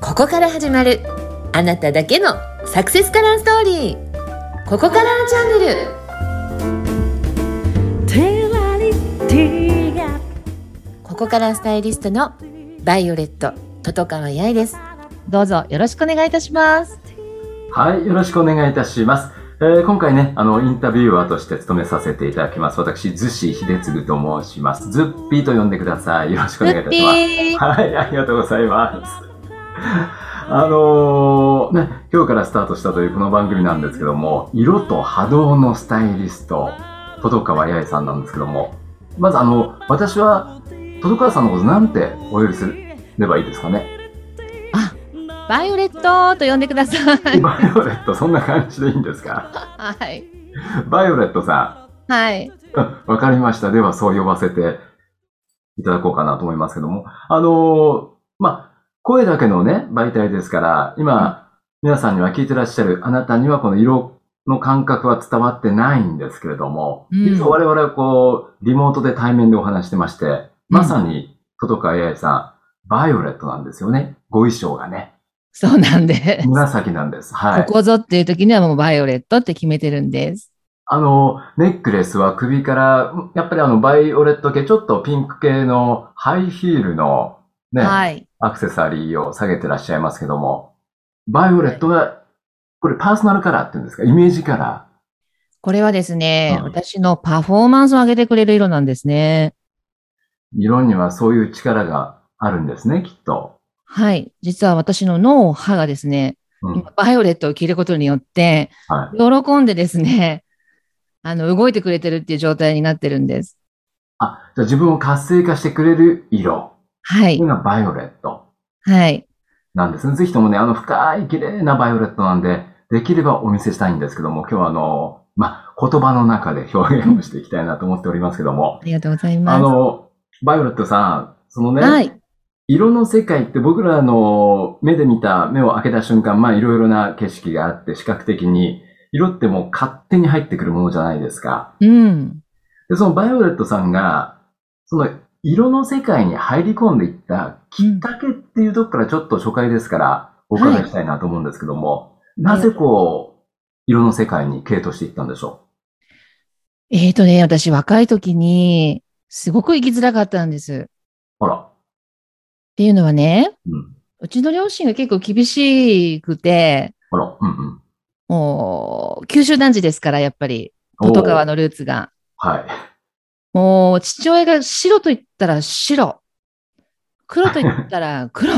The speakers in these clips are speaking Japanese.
ここから始まるあなただけのサクセスカラーストーリーここからのチャンネルテラリティがここからスタイリストのバイオレットトトカワヤイですどうぞよろしくお願いいたしますはい、よろしくお願いいたします。えー今回ね、あの、インタビュアーとして務めさせていただきます。私、逗子秀次と申します。ズッピーと呼んでください。よろしくお願いいたします。ーはい、ありがとうございます。 あのーね、今日からスタートしたというこの番組なんですけども、色と波動のスタイリスト、トトカワヤイさんなんですけども、まずあの、私は、トトカワさんのことなんてお呼びすればいいですかね。バイオレットと呼んでください バイオレット、そんな感じでいいんですかはいバイオレットさん。はいうん わかりました。では、そう呼ばせていただこうかなと思いますけども。あのーまあ、声だけのね、媒体ですから、今、皆さんには聞いてらっしゃる、あなたにはこの色の感覚は伝わってないんですけれども、うんいつも我々はこう、リモートで対面でお話してまして、まさに、トトカ AI さん、バイオレットなんですよね。ご衣装がね。そうなんです。紫なんです。はい。ここぞっていう時にはもうバイオレットって決めてるんです。あの、ネックレスは首から、うんやっぱりあの、バイオレット系、ちょっとピンク系のハイヒールのね、はい。アクセサリーを下げてらっしゃいますけども、バイオレットは、これパーソナルカラーっていうんですかイメージカラー。これはですね、うん私のパフォーマンスを上げてくれる色なんですね。色にはそういう力があるんですね、きっと。はい。実は私の脳波がですね、うん今。バイオレットを着ることによって、はい。喜んでですね、 あの、動いてくれてるっていう状態になってるんです。あ、じゃあ自分を活性化してくれる色。はとい。いうのがバイオレットはい。なんですね。ぜひともね、あの深い綺麗なバイオレットなんで、できればお見せしたいんですけども、今日はあの、まあ、言葉の中で表現をしていきたいなと思っておりますけどもあ、りがとうございあまの、バイオレットさん、そのす。ね、はい。色の世界って僕らの目で見た、目を開けた瞬間、まあいろいろな景色があって視覚的に、色ってもう勝手に入ってくるものじゃないですか。うん。で、そのバイオレットさんが、その色の世界に入り込んでいったきっかけっていうとこからちょっと初回ですからお伺いしたいなと思うんですけども、なぜこう、色の世界に傾倒していったんでしょえーとね、私若い時に、すごく生きづらかったんです。っうあら。ていうのはね、うん。うちの両親が結構厳しくて、あら。うんうん。もう、九州男児ですから、やっぱり、おー外川。のルーツが。はい。 もう、父親が白と言ったら白。黒と言ったら黒。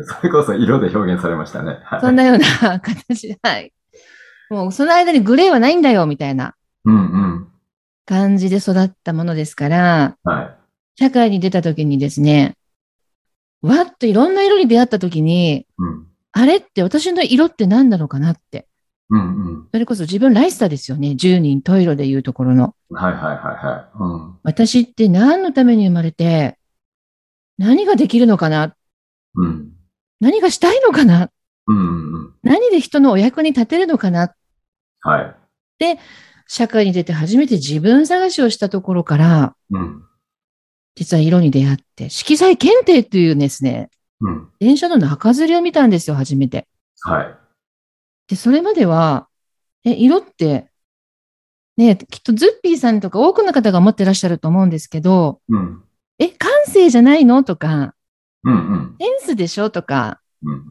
それこそ色で表現されましたね。はいそんなような形。はい。もう、その間にグレーはないんだよ、みたいなうんうん。感じで育ったものですから、はい。社会に出た時にですね、わっといろんな色に出会った時に、うん。あれって私の色って何なのかなって。うんうん。それこそ自分らしさですよね。十人十色で言うところの。はいはいはいはい。うん。私って何のために生まれて、何ができるのかなうん。何がしたいのかなうんうんうん。何で人のお役に立てるのかなはい。社会に出て初めて自分探しをしたところから、うん。実は色に出会って、色彩検定というですね、うん。電車の中吊りを見たんですよ、初めて。はい。で、それまでは、え、色って、ね、きっとズッピーさんとか多くの方が持ってらっしゃると思うんですけど、うん。え、感性じゃないのとか、うんうん。センスでしょとか、うん。っ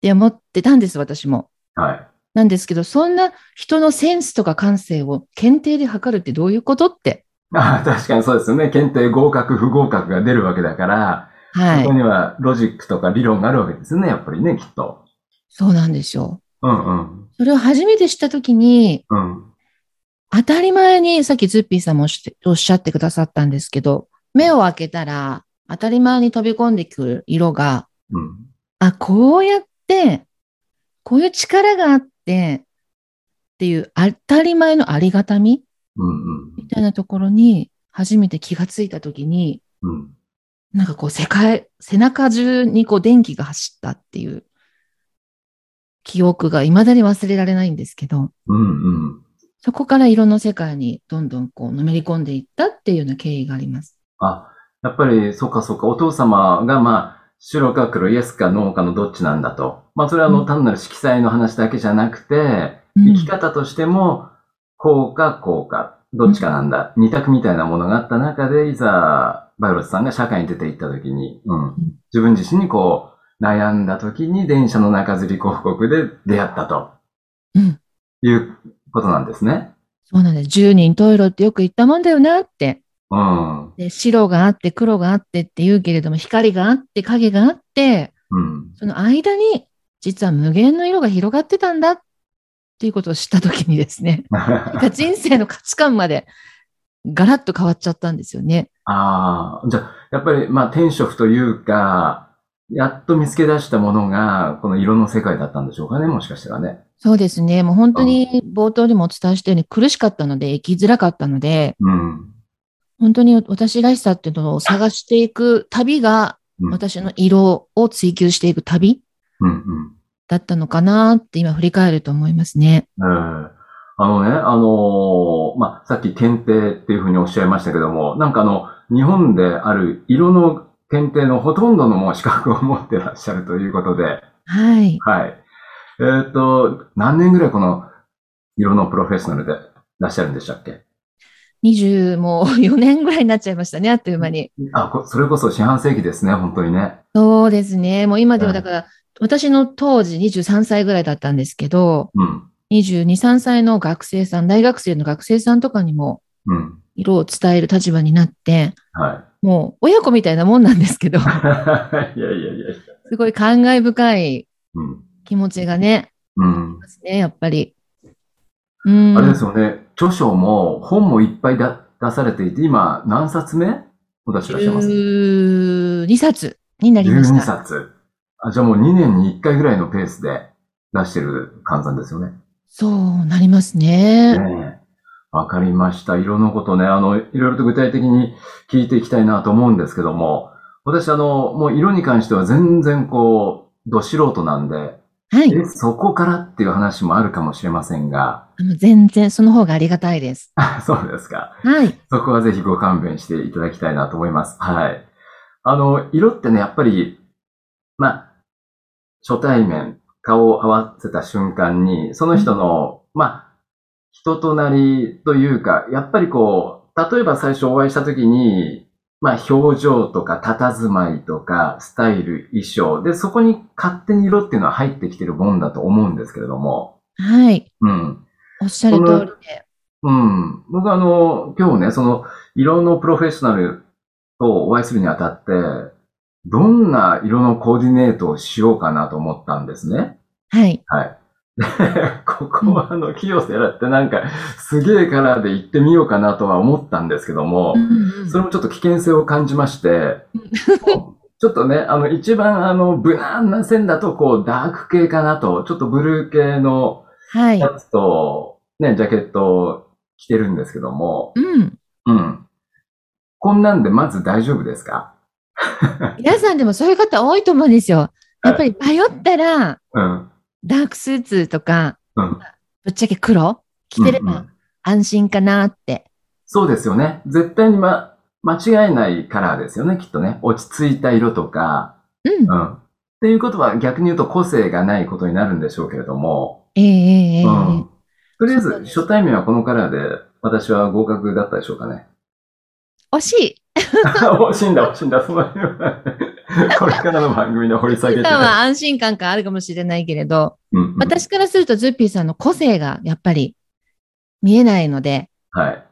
て思ってたんです、私も。はい。なんですけど、そんな人のセンスとか感性を検定で測るってどういうことって。ああ、確かにそうですよね。検定合格不合格が出るわけだから、はそこい。にはロジックとか理論があるわけですね。やっぱりね、きっと。そうなんですよ。うんうん。それを初めて知ったときに、うん。当たり前に、さっきズッピーさんもおっしゃおっしゃってくださったんですけど、目を開けたら、当たり前に飛び込んでくる色が、うん。あ、こうやって、こういう力があって、っていう当たり前のありがたみうんみたいなところに、初めて気がついたときに、うん。うん。なんかこう世界、背中中にこう電気が走ったっていう記憶が未だに忘れられないんですけど、うんうん。そこから色の世界にどんどんこうのめり込んでいったっていうような経緯があります。あ、やっぱり、そうかそうか。お父様が、まあ、白か黒、イエスかノーかのどっちなんだと。まあ、それはあうの、ん単なる色彩の話だけじゃなくて、うん生き方としても、こうかこうか、どっちかなんだ、二択みたいなものがあった中で、いざ、バイオレットさんが社会に出て行った時に、うん、自分自身にこう、悩んだ時に電車の中吊り広告で出会ったと。うんいうことなんですね。そうなんです。十人十色ってよく言ったもんだよなって。うん。うん。で、白があって黒があってって言うけれども、光があって影があって、その間に実は無限の色が広がってたんだっていうことを知った時にですね、なんか人生の価値観までガラッと変わっちゃったんですよね。 ああ、じゃあ、やっぱり、まあ、転職というか、やっと見つけ出したものが、この色の世界だったんでしょうかね、もしかしたらね。そうですね。もう本当に冒頭にもお伝えしたように苦しかったので、生きづらかったので、うん。本当に私らしさっていうのを探していく旅がうん、私の色を追求していく旅うん、うん。だったのかなって今振り返ると思いますね。ええあのね、あのーまあ、さっき検定っていうふうにおっしゃいましたけども、なんかあの、日本である色の検定のほとんどのもう資格を持ってらっしゃるということで、はい。はい。えーっ、と、何年ぐらいこの色のプロフェッショナルでいらっしゃるんでしたっけ20もう4年ぐらいになっちゃいましたね、あっという間に。あ、こそれこそ四半世紀ですね、本当にね。そうですね。もう今でうはんだから、私の当時23歳ぐらいだったんですけど、うん、 22、3歳の学生さん、大学生の学生さんとかにもうん、色を伝える立場になって、はもう親子みたいなもんなんですけど、 い。 いやいやいやいや。すごい感慨深いうん、気持ちがね、うん。ますね、やっぱり。うん。あれですよね、著書も本もいっぱいだ出されていて、今何冊目お出しいらっしゃいます12冊になりま ?12 した。冊。あじゃあもう2年に1回ぐらいのペースで出してる換算ですよね。そうなりますね。ねえわかりました。色のことね、あの、いろいろと具体的に聞いていきたいなと思うんですけども、私あの、もう色に関しては全然こう、ど素人なんで、はい。え、そこからっていう話もあるかもしれませんが、 あの全然その方がありがたいです。そうですか。はい。そこはぜひご勘弁していただきたいなと思います。はい。あの、色ってね、やっぱり、まあ、初対面、顔を合わせた瞬間に、その人の、まあ、人となりというか、やっぱりこう、例えば最初お会いした時に、まあ、表情とか、佇まいとか、スタイル、衣装。で、そこに勝手に色っていうのは入ってきてるもんだと思うんですけれども。はい。うん。おっしゃる通りで。うん。僕はあの、今日ね、その、色のプロフェッショナルとお会いするにあたって、どんな色のコーディネートをしようかなと思ったんですね。 はい。はい。でここはあの、清瀬やらってなんか、すげえカラーで行ってみようかなとは思ったんですけども、それもちょっと危険性を感じまして、ちょっとね、あの、一番あの、無難な線だと、こう、ダーク系かなと、ちょっとブルー系の、はいシ。ャツと、ね、ジャケットを着てるんですけども、うん。うん。こんなんでまず大丈夫ですか皆さんでもそういう方多いと思うんですよ。やっぱり迷ったら、うん。ダークスーツとか、うん。ぶっちゃけ黒着てれうんうばん安心かなって。そうですよね。絶対にま、間違えないカラーですよね、きっとね。落ち着いた色とか。うん。うん。っていうことは逆に言うと個性がないことになるんでしょうけれども。ええええええうん。とりあえそうず、です初対面はこのカラーで、私は合格だったでしょうか ね。惜しい。惜しいんだ、惜しいんだ、その辺はこれからの番組で掘り下 げて。さんは安心感があるかもしれないけれど、うんうん、私からするとズッピーさんの個性がやっぱり見えないので、はい。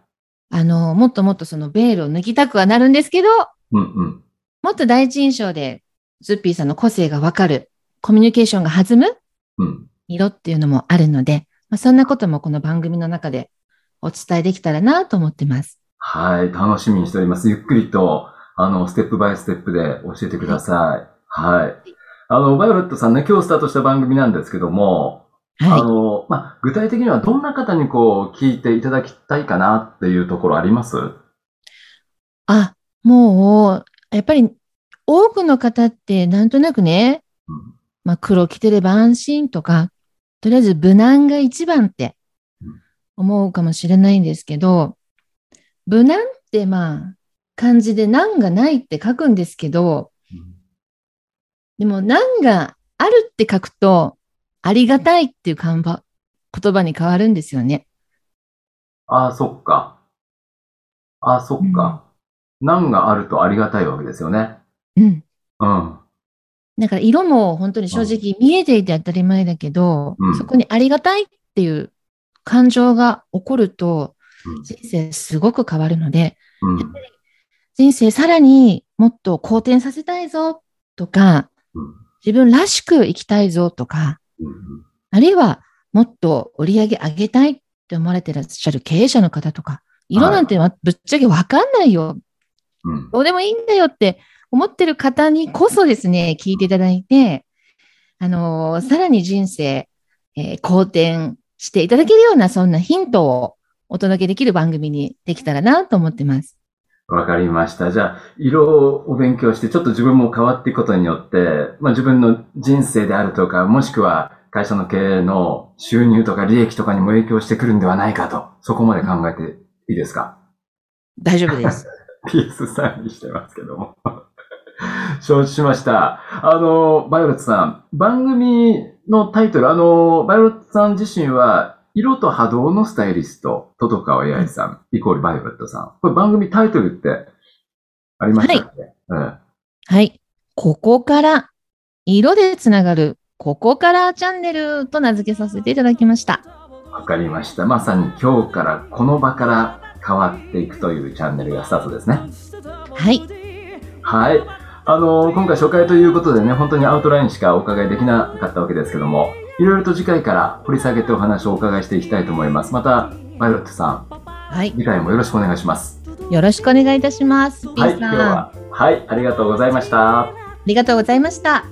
あの、もっともっとそのベールを脱ぎたくはなるんですけど、うんうん。もっと第一印象で、ズッピーさんの個性がわかる、コミュニケーションが弾むうん。色っていうのもあるので、まあ、そんなこともこの番組の中でお伝えできたらなと思ってます。はい。楽しみにしております。ゆっくりと、あの、ステップバイステップで教えてください。はい。あの、バイオレットさんね、今日スタートした番組なんですけども、あはの、まあ、具体的にはどんな方にこう、聞いていただきたいかなっていうところありますい。あ、もう、やっぱり多くの方ってなんとなくね、うんまあ、黒着てれば安心とか、とりあえず無難が一番ってうん思うかもしれないんですけど、無難ってまあ、漢字で難がないって書くんですけど、でも、難があるって書くと、ありがたいっていう看板言葉に変わるんですよね。ああ、そっか。ああ、そっか。難があるとありがたいわけですよね。うん。うん。だから色も本当に正直見えていて当たり前だけど、うんそこにありがたいっていう感情が起こるとうん、人生すごく変わるので、うん。人生さらにもっと好転させたいぞとかうん、自分らしく生きたいぞとか、うんあるいはもっと売り上げ上げたいって思われてらっしゃる経営者の方とか、色なんてわぶっちゃけわかんないよ。うん。どうでもいいんだよって思ってる方にこそですね、聞いていただいて、あのーさらに人生、えー好転していただけるような、そんなヒントをお届けできる番組にできたらなと思ってます。わかりました。じゃあ、色を勉強して、ちょっと自分も変わっていくことによって、まあ自分の人生であるとか、もしくは会社の経営の収入とか利益とかにも影響してくるんではないかと、そこまで考えていいですか大丈夫です。 PS3 にしてますけども。 承知しました。あの、バイオレットさん、番組のタイトル、あの、バイオレットさん自身は、色と波動のスタイリスト、トトカワヤイさん、イコールバイオレットさん。これ番組タイトルって、ありましたっけ、 はい。ここから、色でつながる、ここからチャンネルと名付けさせていただきました。うん。わかりました。まさに今日から、この場から変わっていくというチャンネルがスタートですね。はい。はい。あの今回初回ということでね、本当にアウトラインしかお伺いできなかったわけですけども、いろいろと次回から掘り下げてお話をお伺いしていきたいと思います。また、バイオレットさん、はい。次回もよろしくお願いします。よろしくお願いいたします。はい、 P 今日さん、あは、はい、ありがとうございました。りがとうございました。